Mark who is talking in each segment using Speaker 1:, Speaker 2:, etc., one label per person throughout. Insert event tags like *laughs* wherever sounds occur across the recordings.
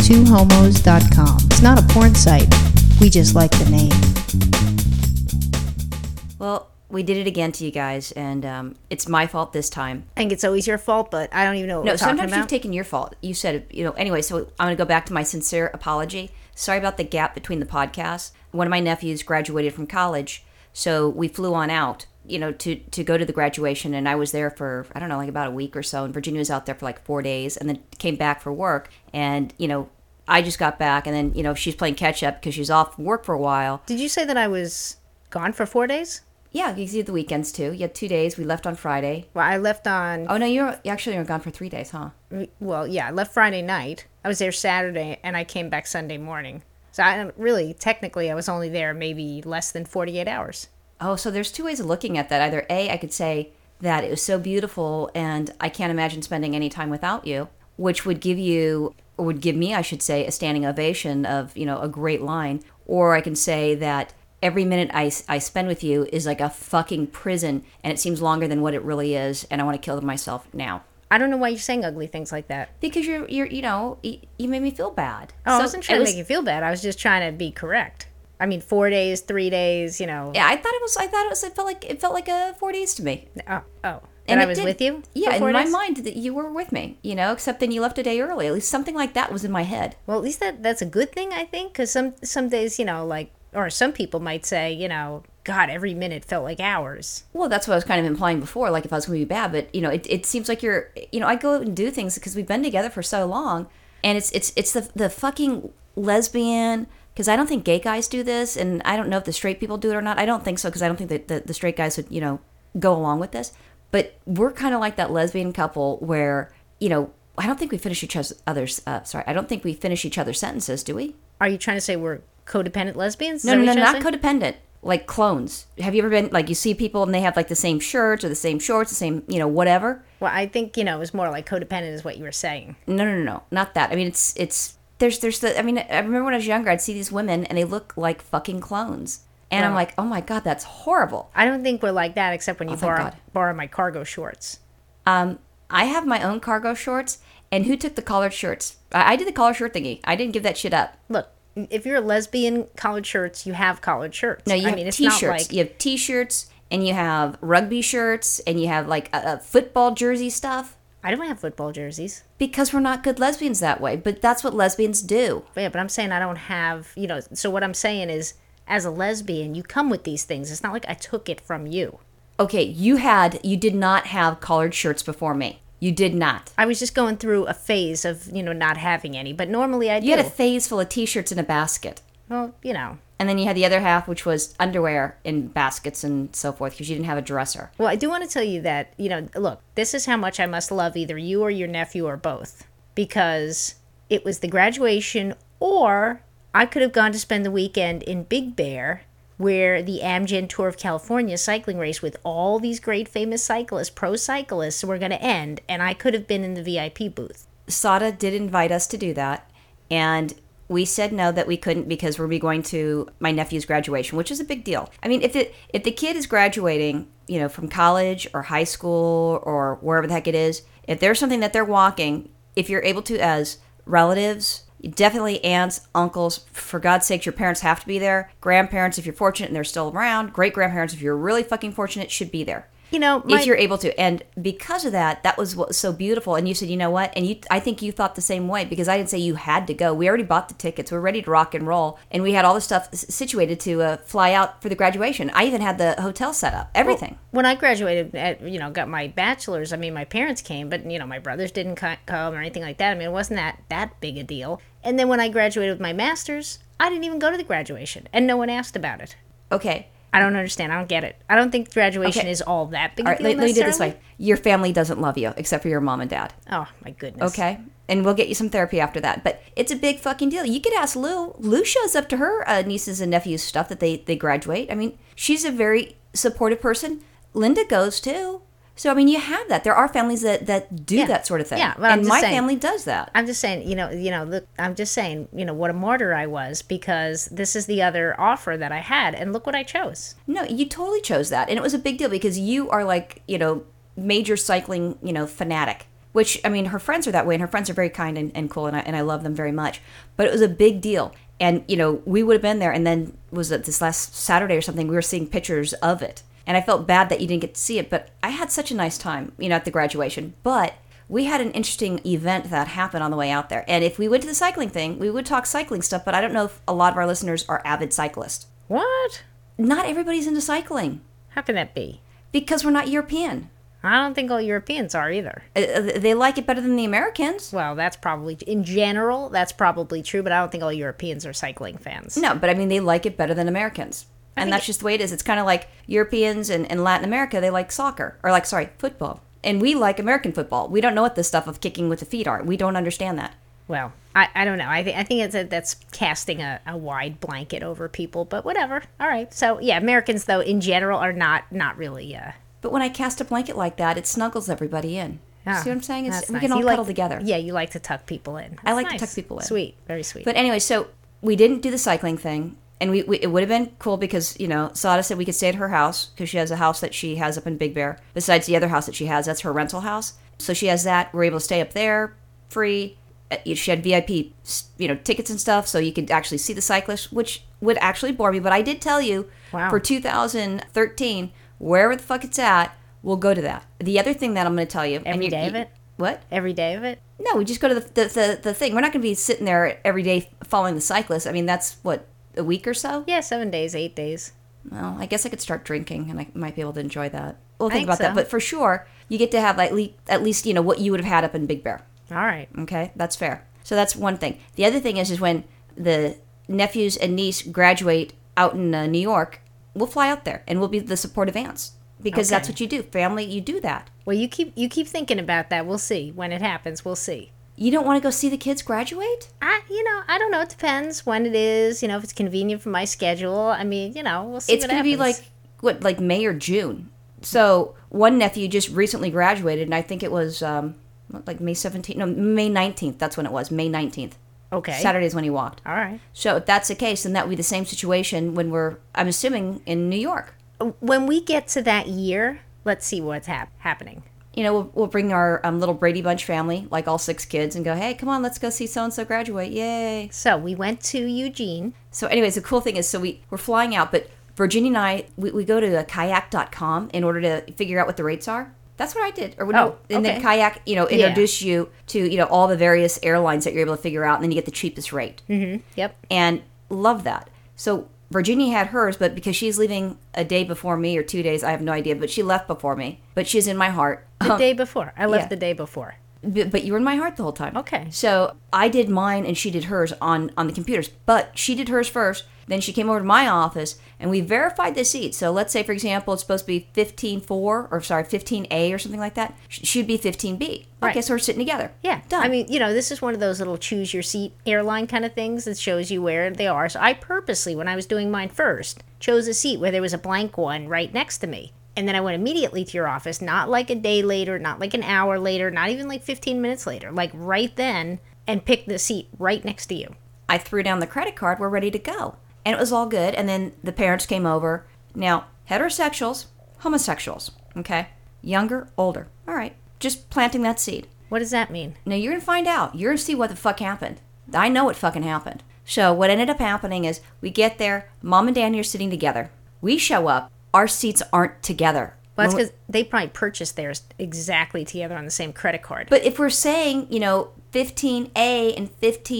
Speaker 1: twohomos.com. It's not a porn site. We just like the name.
Speaker 2: Well, we did it again to you guys, and um, it's my fault this time.
Speaker 3: I think it's always your fault, but I don't even know what
Speaker 2: No,
Speaker 3: we're talking
Speaker 2: sometimes
Speaker 3: about.
Speaker 2: you've taken your fault. You said, it- you know, anyway, so I'm going to go back to my sincere apology. Sorry about the gap between the podcasts. One of my nephews graduated from college, so we flew on out, you know, to, to go to the graduation. And I was there for, I don't know, like about a week or so. And Virginia was out there for like four days and then came back for work. And, you know, I just got back, and then, you know, she's playing catch up because she's off work for a while.
Speaker 3: Did you say that I was gone for four days?
Speaker 2: Yeah, you see the weekends too. You had two days. We left on Friday.
Speaker 3: Well, I left on.
Speaker 2: Oh, no, you're you actually you're gone for three days, huh?
Speaker 3: Well, yeah, I left Friday night. I was there Saturday, and I came back Sunday morning. So I don't- really, technically, I was only there maybe less than forty-eight hours.
Speaker 2: Oh, so there's two ways of looking at that. Either A, I could say that it was so beautiful and I can't imagine spending any time without you, which would give you or would give me, I should say, a standing ovation of, you know, a great line, or I can say that every minute I, I spend with you is like a fucking prison and it seems longer than what it really is and I want to kill myself now.
Speaker 3: I don't know why you're saying ugly things like that.
Speaker 2: Because you're you're you know, y- you made me feel bad.
Speaker 3: Oh, I
Speaker 2: So
Speaker 3: wasn't
Speaker 2: it
Speaker 3: trying
Speaker 2: was-
Speaker 3: to make you feel bad. I was just trying to be correct. I mean, four days, three days, you know.
Speaker 2: Yeah, I thought it was I thought it was it felt like it felt like a 40s to me.
Speaker 3: Oh, oh. And I
Speaker 2: it
Speaker 3: was
Speaker 2: did-
Speaker 3: with you? for
Speaker 2: Yeah, in
Speaker 3: four
Speaker 2: my
Speaker 3: days?
Speaker 2: mind that you were with me, you know, except then you left a day early. At least something like that was in my head.
Speaker 3: Well, at least that that's a good thing, I think, because some some days, you know, like or some people might say, you know, God, every minute felt like hours.
Speaker 2: Well, that's what I was kind of implying before, like if I was going to be bad, but you know, it, it seems like you're, you know, I go out and do things because we've been together for so long, and it's it's it's the the fucking lesbian because I don't think gay guys do this, and I don't know if the straight people do it or not. I don't think so because I don't think that the, the straight guys would you know go along with this. But we're kind of like that lesbian couple where you know I don't think we finish each other's uh, sorry I don't think we finish each other's sentences, do we?
Speaker 3: Are you trying to say we're codependent lesbians? Is
Speaker 2: No,
Speaker 3: that
Speaker 2: no, no,
Speaker 3: what you're
Speaker 2: not
Speaker 3: trying to say?
Speaker 2: codependent. Like clones. Have you ever been like you see people and they have like the same shirts or the same shorts, the same you know whatever?
Speaker 3: Well, I think you know it was more like codependent is what you were saying.
Speaker 2: No, no, no, no, not that. I mean, it's it's there's there's the. I mean, I remember when I was younger, I'd see these women and they look like fucking clones, and I'm
Speaker 3: Wow.
Speaker 2: like, oh my god, that's horrible.
Speaker 3: I don't think we're like that except when you
Speaker 2: Oh, thank
Speaker 3: borrow
Speaker 2: God.
Speaker 3: borrow my cargo shorts.
Speaker 2: Um, I have my own cargo shorts, and who took the collared shirts? I, I did the collar shirt thingy. I didn't give that shit up.
Speaker 3: Look, if you're a lesbian, collared shirts, you have collared shirts.
Speaker 2: No, you
Speaker 3: I
Speaker 2: have
Speaker 3: mean, it's
Speaker 2: t-shirts.
Speaker 3: not like
Speaker 2: You have t-shirts, and you have rugby shirts, and you have like a, a football jersey stuff.
Speaker 3: I don't have football jerseys.
Speaker 2: because we're not good lesbians that way but that's what lesbians do
Speaker 3: But yeah, but I'm saying I don't have, you know, so what I'm saying is as a lesbian, you come with these things. It's not like I took it from you.
Speaker 2: okay you had you did not have collared shirts before me you did not
Speaker 3: I was just going through a phase of, you know, not having any, but normally I do.
Speaker 2: you had a phase full of t-shirts in a basket
Speaker 3: well, you know.
Speaker 2: and then you had the other half which was underwear in baskets and so forth because you didn't have a dresser
Speaker 3: Well, I do want to tell you that, you know, look, this is how much I must love either you or your nephew or both because it was the graduation or I could have gone to spend the weekend in Big Bear where the Amgen Tour of California cycling race with all these great famous cyclists, pro cyclists were going to end and I could have been in the VIP booth.
Speaker 2: sada did invite us to do that and we said no that we couldn't because we'll be going to my nephew's graduation which is a big deal i mean if it if the kid is graduating you know from college or high school or wherever the heck it is if there's something that they're walking if you're able to as relatives definitely aunts uncles for god's sakes your parents have to be there grandparents if you're fortunate and they're still around great grandparents if you're really fucking fortunate should be there
Speaker 3: You know, my,
Speaker 2: if you're able to and because of that that was what was so beautiful and you said you know what and you i think you thought the same way because i didn't say you had to go we already bought the tickets we're ready to rock and roll and we had all the stuff s- situated to uh, fly out for the graduation i even had the hotel set up everything
Speaker 3: when I graduated, at, you know, got my bachelor's. I mean, my parents came, but you know, my brothers didn't co- come or anything like that. I mean, it wasn't that that big a deal. And then when I graduated with my master's, I didn't even go to the graduation, and no one asked about it.
Speaker 2: okay
Speaker 3: I don't understand. I don't get it. I don't think graduation
Speaker 2: Okay.
Speaker 3: is all that big.
Speaker 2: all
Speaker 3: a
Speaker 2: right
Speaker 3: deal
Speaker 2: let, let me do it this way
Speaker 3: necessarily.
Speaker 2: your family doesn't love you except for your mom and dad
Speaker 3: Oh my goodness.
Speaker 2: Okay. And we'll get you some therapy after that. But it's a big fucking deal. You could ask Lou. Lou shows up to her uh, nieces and nephews' stuff that they, they graduate. I mean, she's a very supportive person. Linda goes too. So, I mean, you have that. There are families that, that do that sort of thing.
Speaker 3: Yeah, well, I'm
Speaker 2: and
Speaker 3: just
Speaker 2: my
Speaker 3: saying.
Speaker 2: family does that.
Speaker 3: I'm just saying, you know, you know, look, I'm just saying, you know, what a martyr I was because this is the other offer that I had, and look what I chose.
Speaker 2: No, you totally chose that. And it was a big deal because you are like, you know, major cycling, you know, fanatic. which I mean, her friends are that way, and her friends are very kind and, and cool, and I, and I love them very much. But it was a big deal, and you know, we would have been there. And then was it this last Saturday or something? We were seeing pictures of it, and I felt bad that you didn't get to see it. But I had such a nice time, you know, at the graduation. But we had an interesting event that happened on the way out there, and if we went to the cycling thing, we would talk cycling stuff. But I don't know if a lot of our listeners are avid cyclists.
Speaker 3: What?
Speaker 2: Not everybody's into cycling
Speaker 3: How can that be?
Speaker 2: because we're not European.
Speaker 3: I don't think all Europeans are either.
Speaker 2: Uh, they like it better than the Americans.
Speaker 3: Well, that's probably in general, that's probably true, but I don't think all Europeans are cycling fans.
Speaker 2: No, but I mean, they like it better than Americans. and that's just the way it is. It's kind of like Europeans and, and Latin America, they like soccer, or like, sorry, football. And we like American football. We don't know what this stuff of kicking with the feet are. We don't understand that.
Speaker 3: Well, I, I don't know. I, th- I think it's a, that's casting a, a wide blanket over people, but whatever. All right. So yeah, Americans though in general are not not really. Uh,
Speaker 2: But when I cast a blanket like that, it snuggles everybody in.
Speaker 3: ah,
Speaker 2: See what I'm saying? It's,
Speaker 3: that's
Speaker 2: we
Speaker 3: nice.
Speaker 2: can all
Speaker 3: You
Speaker 2: cuddle
Speaker 3: like,
Speaker 2: together.
Speaker 3: Yeah, you like to tuck people in.
Speaker 2: I
Speaker 3: That's
Speaker 2: like to
Speaker 3: nice.
Speaker 2: tuck people in.
Speaker 3: Sweet, very sweet.
Speaker 2: But anyway, so we didn't do the cycling thing, and we, we it would have been cool because you know Sada said we could stay at her house because she has a house that she has up in Big Bear. Besides the other house that she has, that's her rental house. So she has that. We're able to stay up there free. Uh, She had VIP, you know, tickets and stuff, so you could actually see the cyclists, which would actually bore me. But I did tell you
Speaker 3: Wow.
Speaker 2: for 2013, wherever the fuck it's at, we'll go to that. The other thing that I'm going to tell you,
Speaker 3: Every
Speaker 2: you-
Speaker 3: day of
Speaker 2: you-
Speaker 3: it?
Speaker 2: What?
Speaker 3: Every day of it.
Speaker 2: No, we just go to the the, the, the thing. We're not going to be sitting there every day following the cyclist. I mean, that's what a week or so.
Speaker 3: Yeah, seven days, eight days.
Speaker 2: Well, I guess I could start drinking, and I might be able to enjoy that. We'll
Speaker 3: I
Speaker 2: think
Speaker 3: think
Speaker 2: about
Speaker 3: so.
Speaker 2: that, but for sure, you get to have like le- at least you know what you would have had up in Big Bear.
Speaker 3: All right.
Speaker 2: Okay, that's fair. So that's one thing. The other thing is, is when the nephews and niece graduate out in uh, New York, we'll fly out there and we'll be the supportive aunts because that's
Speaker 3: Okay.
Speaker 2: what you do. Family, you do that.
Speaker 3: Well, you keep you keep thinking about that. We'll see when it happens. We'll see.
Speaker 2: You don't want to go see the kids graduate.
Speaker 3: I, you know, I don't know. It depends when it is. You know, if it's convenient for my schedule. I mean, you know, we'll see.
Speaker 2: it's
Speaker 3: what
Speaker 2: going to be like
Speaker 3: happens.
Speaker 2: what like may or june so one nephew just recently graduated and i think it was um what, like may 17th no may 19th that's when it was may 19th
Speaker 3: okay.
Speaker 2: saturday's when he walked
Speaker 3: All right.
Speaker 2: so if that's the case then that would be the same situation when we're i'm assuming in new york
Speaker 3: When we get to that year, let's see what's hap- happening.
Speaker 2: you know we'll, we'll bring our um, little brady bunch family like all six kids and go hey come on let's go see so and so graduate yay
Speaker 3: So we went to Eugene.
Speaker 2: So, anyways, the cool thing is, so we, we're flying out, but Virginia and I, we, we go to uh, kayak.com in order to figure out what the rates are. That's what I did. Or when
Speaker 3: Oh,
Speaker 2: And then
Speaker 3: okay.
Speaker 2: kayak, you know,
Speaker 3: Yeah.
Speaker 2: introduce you to, you know, all the various airlines that you're able to figure out, and then you get the cheapest rate.
Speaker 3: Mm-hmm. Yep.
Speaker 2: And love that. So, Virginia had hers, but because she's leaving a day before me or two days, I have no idea, but she left before me. But she's in my
Speaker 3: *laughs*
Speaker 2: heart.
Speaker 3: The day before. I
Speaker 2: Oh.
Speaker 3: left
Speaker 2: yeah.
Speaker 3: the day before.
Speaker 2: But, but you were in my heart the whole time.
Speaker 3: Okay.
Speaker 2: So I did mine and she did hers on on the computers, but she did hers first. Then she came over to my office and we verified the seat. So let's say, for example, it's supposed to be 15.4 or sorry, 15A or something like that. Sh- She'd be 15B. Okay,
Speaker 3: Right.
Speaker 2: so we're sitting together.
Speaker 3: Yeah.
Speaker 2: Done.
Speaker 3: I mean, you know, this is one of those little choose your seat airline kind of things that shows you where they are. So I purposely, when I was doing mine first, chose a seat where there was a blank one right next to me. And then I went immediately to your office, not like a day later, not like an hour later, not even like 15 minutes later, like right then, and picked the seat right next to you.
Speaker 2: I threw down the credit card. We're ready to go. And it was all good. And then the parents came over. Now, heterosexuals, homosexuals, okay? Younger, older. All right. Just planting that seed.
Speaker 3: What does that mean?
Speaker 2: Now you're gonna find out. You're gonna see what the fuck happened. I know what fucking happened. So what ended up happening is we get there, mom and dad are sitting together. We show up, our seats aren't together.
Speaker 3: Well, that's
Speaker 2: When we-
Speaker 3: because they probably purchased theirs exactly together on the same credit card.
Speaker 2: but if we're saying, you know, 15A and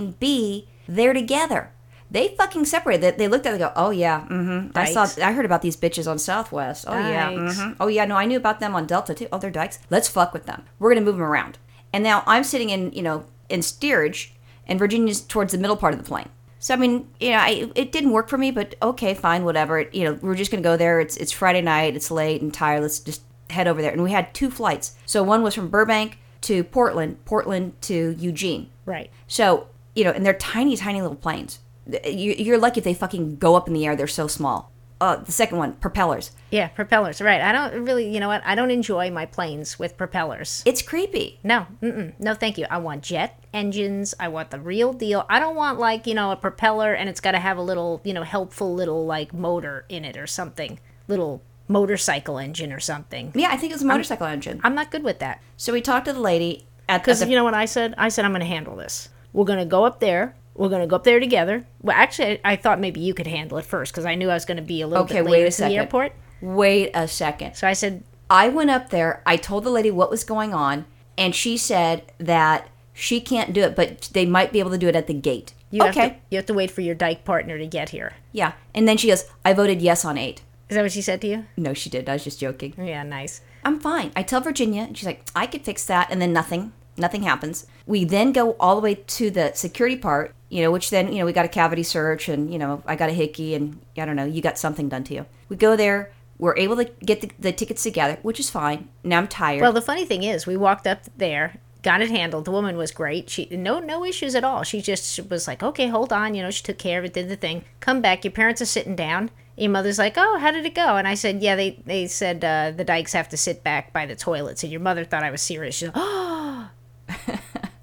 Speaker 2: 15B, they're together. They fucking separated. They, they looked at it and go, oh yeah, mm-hmm. I saw,
Speaker 3: Dykes.
Speaker 2: I heard about these bitches on Southwest. Oh yeah,
Speaker 3: Dykes.
Speaker 2: mhm. oh yeah. No, I knew about them on Delta too. Oh, they're dykes. Let's fuck with them. We're gonna move them around. And now I'm sitting in, you know, in steerage, and Virginia's towards the middle part of the plane. So I mean, you know, I, it didn't work for me, but okay, fine, whatever. It, you know, we're just gonna go there. It's it's Friday night. It's late and tired. Let's just head over there. And we had two flights. So one was from Burbank to Portland, Portland to Eugene.
Speaker 3: right.
Speaker 2: So, you know, and they're tiny, tiny little planes. You- You're lucky if they fucking go up in the air. They're so small. Uh, the second one, propellers.
Speaker 3: Yeah, propellers. Right. I don't really, you know what? I don't enjoy my planes with propellers.
Speaker 2: It's creepy.
Speaker 3: No, mm-mm, no, thank you. I want jet engines. I want the real deal. I don't want like you know a propeller and it's got to have a little you know helpful little like motor in it or something, little motorcycle engine or something.
Speaker 2: Yeah, I think it was a motorcycle engine.
Speaker 3: I'm not good with that.
Speaker 2: So we talked to the lady, At- at
Speaker 3: Because
Speaker 2: the-
Speaker 3: you know what I said? I said I'm going to handle this. We're going to go up there. We're going to go up there together. Well, actually, I, I thought maybe you could handle it first because I knew I was going to be a little
Speaker 2: Okay,
Speaker 3: bit
Speaker 2: wait
Speaker 3: later
Speaker 2: a
Speaker 3: to the
Speaker 2: second.
Speaker 3: airport.
Speaker 2: Wait a second.
Speaker 3: So I said,
Speaker 2: I went up there, I told the lady what was going on, and she said that she can't do it, but they might be able to do it at the gate.
Speaker 3: you
Speaker 2: okay.
Speaker 3: have to you have to wait for your dyke partner to get here.
Speaker 2: Yeah. And then she goes, I voted yes on eight.
Speaker 3: Is that what she said to you?
Speaker 2: No, she did. I was just joking.
Speaker 3: Yeah, nice.
Speaker 2: I'm fine. I tell Virginia, and she's like, I could fix that. And then nothing, nothing happens. We then go all the way to the security part, you know, which then, you know, we got a cavity search and, you know, I got a hickey and I don't know, you got something done to you. We go there. We're able to get the, the tickets together, which is fine. Now I'm tired.
Speaker 3: Well, the funny thing is, we walked up there, got it handled. The woman was great. She no no issues at all. She just was like, okay, hold on. You know, she took care of it, did the thing. Come back. Your parents are sitting down. Your mother's like, oh, how did it go? And I said, yeah, they they said uh, the dykes have to sit back by the toilets. And your mother thought I was serious. She's like, oh.
Speaker 2: *laughs*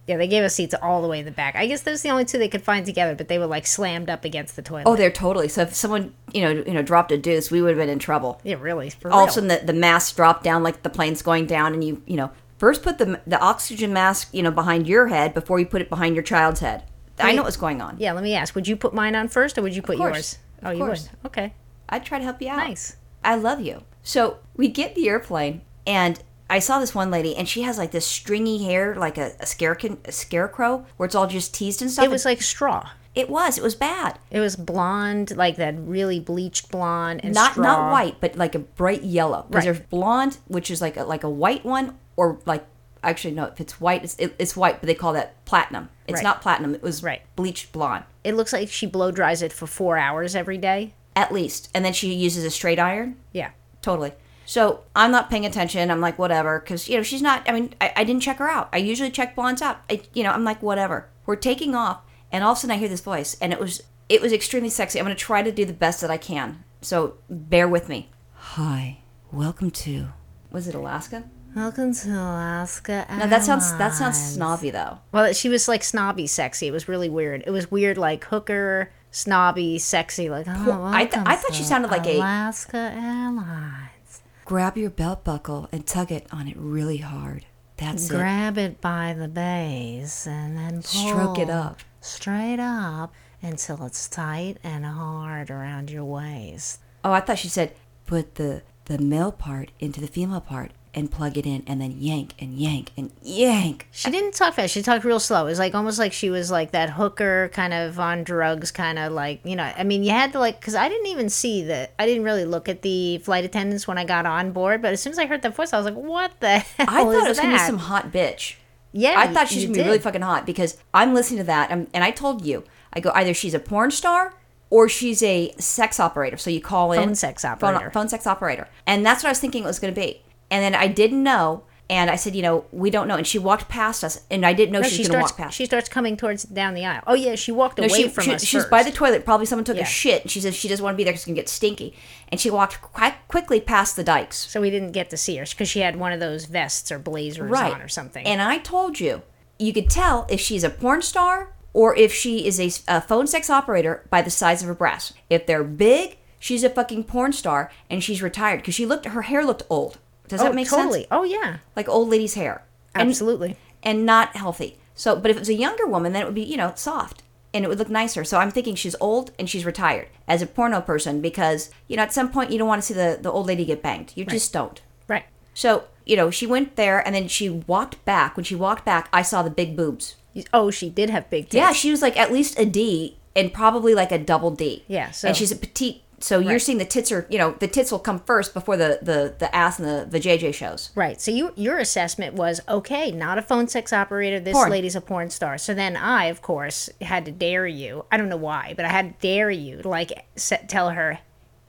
Speaker 3: Yeah, they gave us seats all the way in the back. I guess those are the only two they could find together, but they were like slammed up against the toilet.
Speaker 2: Oh, they're totally. So if someone, you know, you know, dropped a deuce, we would have been in trouble.
Speaker 3: yeah, really. for
Speaker 2: All of
Speaker 3: real.
Speaker 2: a sudden, the, the mask dropped down like the plane's going down, and you, you know, first put the the oxygen mask, you know, behind your head before you put it behind your child's head. I know what's going on.
Speaker 3: yeah, let me ask. Would you put mine on first, or would you put
Speaker 2: course.
Speaker 3: yours?
Speaker 2: Of
Speaker 3: Oh, you
Speaker 2: course.
Speaker 3: would. Okay.
Speaker 2: I'd try to help you out.
Speaker 3: Nice.
Speaker 2: I love you. So we get the airplane, and I saw this one lady, and she has like this stringy hair, like a, a, scarecon, a scarecrow, where it's all just teased and stuff.
Speaker 3: It was like straw.
Speaker 2: It was. It was bad.
Speaker 3: It was blonde, like that really bleached blonde and
Speaker 2: not
Speaker 3: straw.
Speaker 2: not white, but like a bright yellow. Because
Speaker 3: Right.
Speaker 2: there's blonde, which is like a, like a white one, or like actually no, if it's white, it's, it, it's white, but they call that platinum. It's
Speaker 3: Right.
Speaker 2: not platinum. It was
Speaker 3: Right.
Speaker 2: bleached blonde
Speaker 3: It looks like she blow dries it for four hours every day.
Speaker 2: at least, and then she uses a straight iron.
Speaker 3: Yeah.
Speaker 2: Totally. So I'm not paying attention. I'm like whatever, because you know she's not. I mean, I, I didn't check her out. I usually check blondes out. I, you know, I'm like whatever. We're taking off, and all of a sudden I hear this voice, and it was it was extremely sexy. I'm gonna try to do the best that I can. So bear with me. Hi, welcome to. Was it Alaska?
Speaker 3: Welcome to Alaska.
Speaker 2: No, that sounds that sounds snobby though.
Speaker 3: Well, she was like snobby sexy. It was really weird. It was weird, like hooker, snobby, sexy. Like, oh,
Speaker 2: I th-
Speaker 3: welcome
Speaker 2: I thought she
Speaker 3: to
Speaker 2: sounded like a-
Speaker 3: Alaska Airlines.
Speaker 2: Grab your belt buckle and tug it on it really hard. That's
Speaker 3: Grab it by the base and then pull
Speaker 2: Stroke it up.
Speaker 3: straight up until it's tight and hard around your waist.
Speaker 2: Oh, I thought she said put the the male part into the female part and plug it in, and then yank and yank and yank.
Speaker 3: She didn't talk fast. She talked real slow. It was like almost like she was like that hooker kind of on drugs, kind of like you know. I mean, you had to like because I didn't even see the. I didn't really look at the flight attendants when I got on board. But as soon as I heard that voice, I was like, "What the hell?"
Speaker 2: I
Speaker 3: is
Speaker 2: thought it was
Speaker 3: that?
Speaker 2: gonna be some hot bitch.
Speaker 3: Yeah,
Speaker 2: I thought she was
Speaker 3: you
Speaker 2: gonna be really
Speaker 3: did.
Speaker 2: fucking hot because I'm listening to that, um, and, and I told you, I go either she's a porn star or she's a sex operator. So you call in
Speaker 3: Phone sex
Speaker 2: phone,
Speaker 3: operator.
Speaker 2: phone sex operator, and that's what I was thinking it was gonna be. And then I didn't know, and I said, you know, we don't know. And she walked past us, and I didn't know she
Speaker 3: No, Oh, she
Speaker 2: was gonna
Speaker 3: starts.
Speaker 2: walk past.
Speaker 3: She starts coming towards down the aisle. Oh yeah, she walked
Speaker 2: No,
Speaker 3: away
Speaker 2: she,
Speaker 3: from
Speaker 2: she-
Speaker 3: us.
Speaker 2: she's
Speaker 3: first.
Speaker 2: by the toilet. Probably someone took
Speaker 3: Yeah.
Speaker 2: a shit. And she says she doesn't want to be there because it's going to get stinky. And she walked quite quickly past the dikes.
Speaker 3: So we didn't get to see her because she had one of those vests or blazers on or something.
Speaker 2: And I told you, you could tell if she's a porn star or if she is a, s- a phone sex operator by the size of her breasts. If they're big, she's a fucking porn star and she's retired because she looked, her hair looked old. Does
Speaker 3: oh,
Speaker 2: that make
Speaker 3: totally.
Speaker 2: sense?
Speaker 3: Oh yeah,
Speaker 2: Like old lady's hair. And-
Speaker 3: absolutely.
Speaker 2: and not healthy. So, but if it was a younger woman, then it would be, you know, soft and it would look nicer. So I'm thinking she's old and she's retired as a porno person because, you know, at some point you don't want to see the, the old lady get banged. You just don't.
Speaker 3: right.
Speaker 2: So, you know, she went there and then she walked back. When she walked back, I saw the big boobs.
Speaker 3: You- Oh, she did have big tits.
Speaker 2: Yeah, she was like at least a D and probably like a double D.
Speaker 3: Yeah, so-
Speaker 2: and she's a petite. So you're seeing the tits are, you know, the tits will come first before the the, the ass and the, the JJ shows.
Speaker 3: Right. So you, your assessment was okay, not a phone sex operator. This
Speaker 2: Porn.
Speaker 3: lady's a porn star. So then I, of course, had to dare you. I don't know why, but I had to dare you to like se- tell her,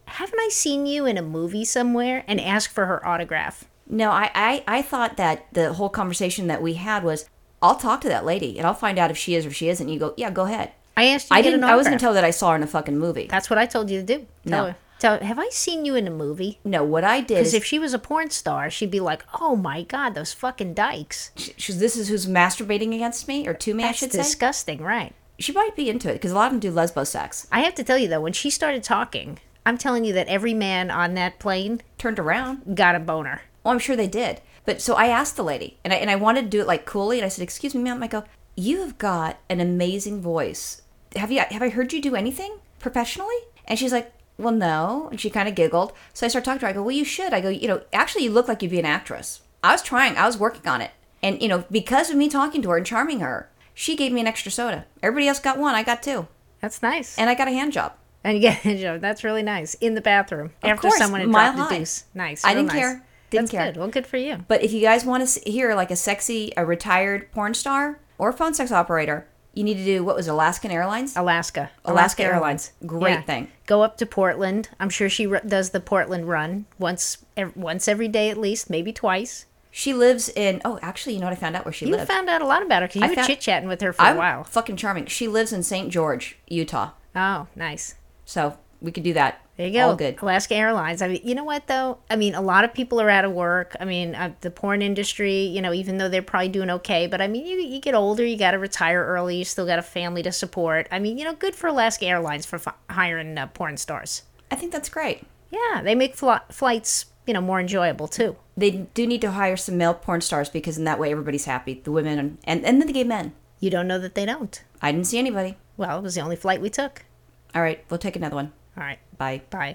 Speaker 3: haven't I seen you in a movie somewhere? And ask for her autograph.
Speaker 2: No, I, I, I thought that the whole conversation that we had was, I'll talk to that lady and I'll find out if she is or she isn't. You go, yeah, go ahead.
Speaker 3: I asked you.
Speaker 2: I
Speaker 3: to get
Speaker 2: didn't.
Speaker 3: An
Speaker 2: I wasn't
Speaker 3: autograph.
Speaker 2: tell her that I saw her in a fucking movie.
Speaker 3: That's what I told you to do.
Speaker 2: No.
Speaker 3: Tell her. Tell, have I seen you in a movie?
Speaker 2: No, what I did
Speaker 3: Because
Speaker 2: is,
Speaker 3: if she was a porn star, she'd be like, "Oh my god, those fucking dykes!
Speaker 2: she, this is who's masturbating against me or to me, I
Speaker 3: That's
Speaker 2: should say.
Speaker 3: disgusting, right?"
Speaker 2: She might be into it because a lot of them do lesbo sex.
Speaker 3: I have to tell you though, when she started talking, I'm telling you that every man on that plane
Speaker 2: Turned around.
Speaker 3: got a boner.
Speaker 2: Oh, I'm sure they did. But so I asked the lady, and I, and I wanted to do it like coolly, and I said, "Excuse me, ma'am." I go, "You have got an amazing voice. Have you have I heard you do anything professionally?" And she's like, "Well, no." And she kind of giggled. So I started talking to her. I go, "Well, you should." I go, "You know, actually, you look like you'd be an actress." I was trying. I was working on it, and you know, because of me talking to her and charming her, she gave me an extra soda. Everybody else got one. I got two,
Speaker 3: That's nice.
Speaker 2: and I got a hand job.
Speaker 3: And *laughs* you get a job. That's really nice. In the bathroom. after
Speaker 2: course,
Speaker 3: someone had
Speaker 2: mile
Speaker 3: dropped
Speaker 2: high.
Speaker 3: a deuce. Nice.
Speaker 2: I
Speaker 3: real
Speaker 2: didn't
Speaker 3: nice.
Speaker 2: care. Didn't
Speaker 3: That's
Speaker 2: care.
Speaker 3: good. Well, good for you.
Speaker 2: But if you guys want to hear like a sexy, a retired porn star or phone sex operator, you need to do what was it, Alaskan Airlines?
Speaker 3: Alaska.
Speaker 2: Alaska Airlines. Great
Speaker 3: Yeah.
Speaker 2: thing.
Speaker 3: Go up to Portland. I'm sure she r- does the Portland run once ev- once every day at least, maybe twice.
Speaker 2: She lives in. Oh, actually, you know what? I found out where she
Speaker 3: You
Speaker 2: lived.
Speaker 3: found out a lot about her because you
Speaker 2: I
Speaker 3: were
Speaker 2: found-
Speaker 3: chit chatting with her for
Speaker 2: I'm
Speaker 3: a while.
Speaker 2: fucking charming. She lives in St. George, Utah.
Speaker 3: Oh, nice.
Speaker 2: So we could do that.
Speaker 3: There you go.
Speaker 2: All good.
Speaker 3: Alaska Airlines. I mean, you know what though? I mean, a lot of people are out of work. I mean, uh, the porn industry. You know, even though they're probably doing okay, but I mean, you you get older, you got to retire early. You still got a family to support. I mean, you know, good for Alaska Airlines for f- hiring uh, porn stars.
Speaker 2: I think that's great.
Speaker 3: Yeah, they make fl- flights you know more enjoyable too.
Speaker 2: They do need to hire some male porn stars because in that way everybody's happy. The women and and, and then the gay men.
Speaker 3: You don't know that they don't.
Speaker 2: I didn't see anybody.
Speaker 3: Well, it was the only flight we took.
Speaker 2: All right, we'll take another one.
Speaker 3: All right,
Speaker 2: Bye.
Speaker 3: bye.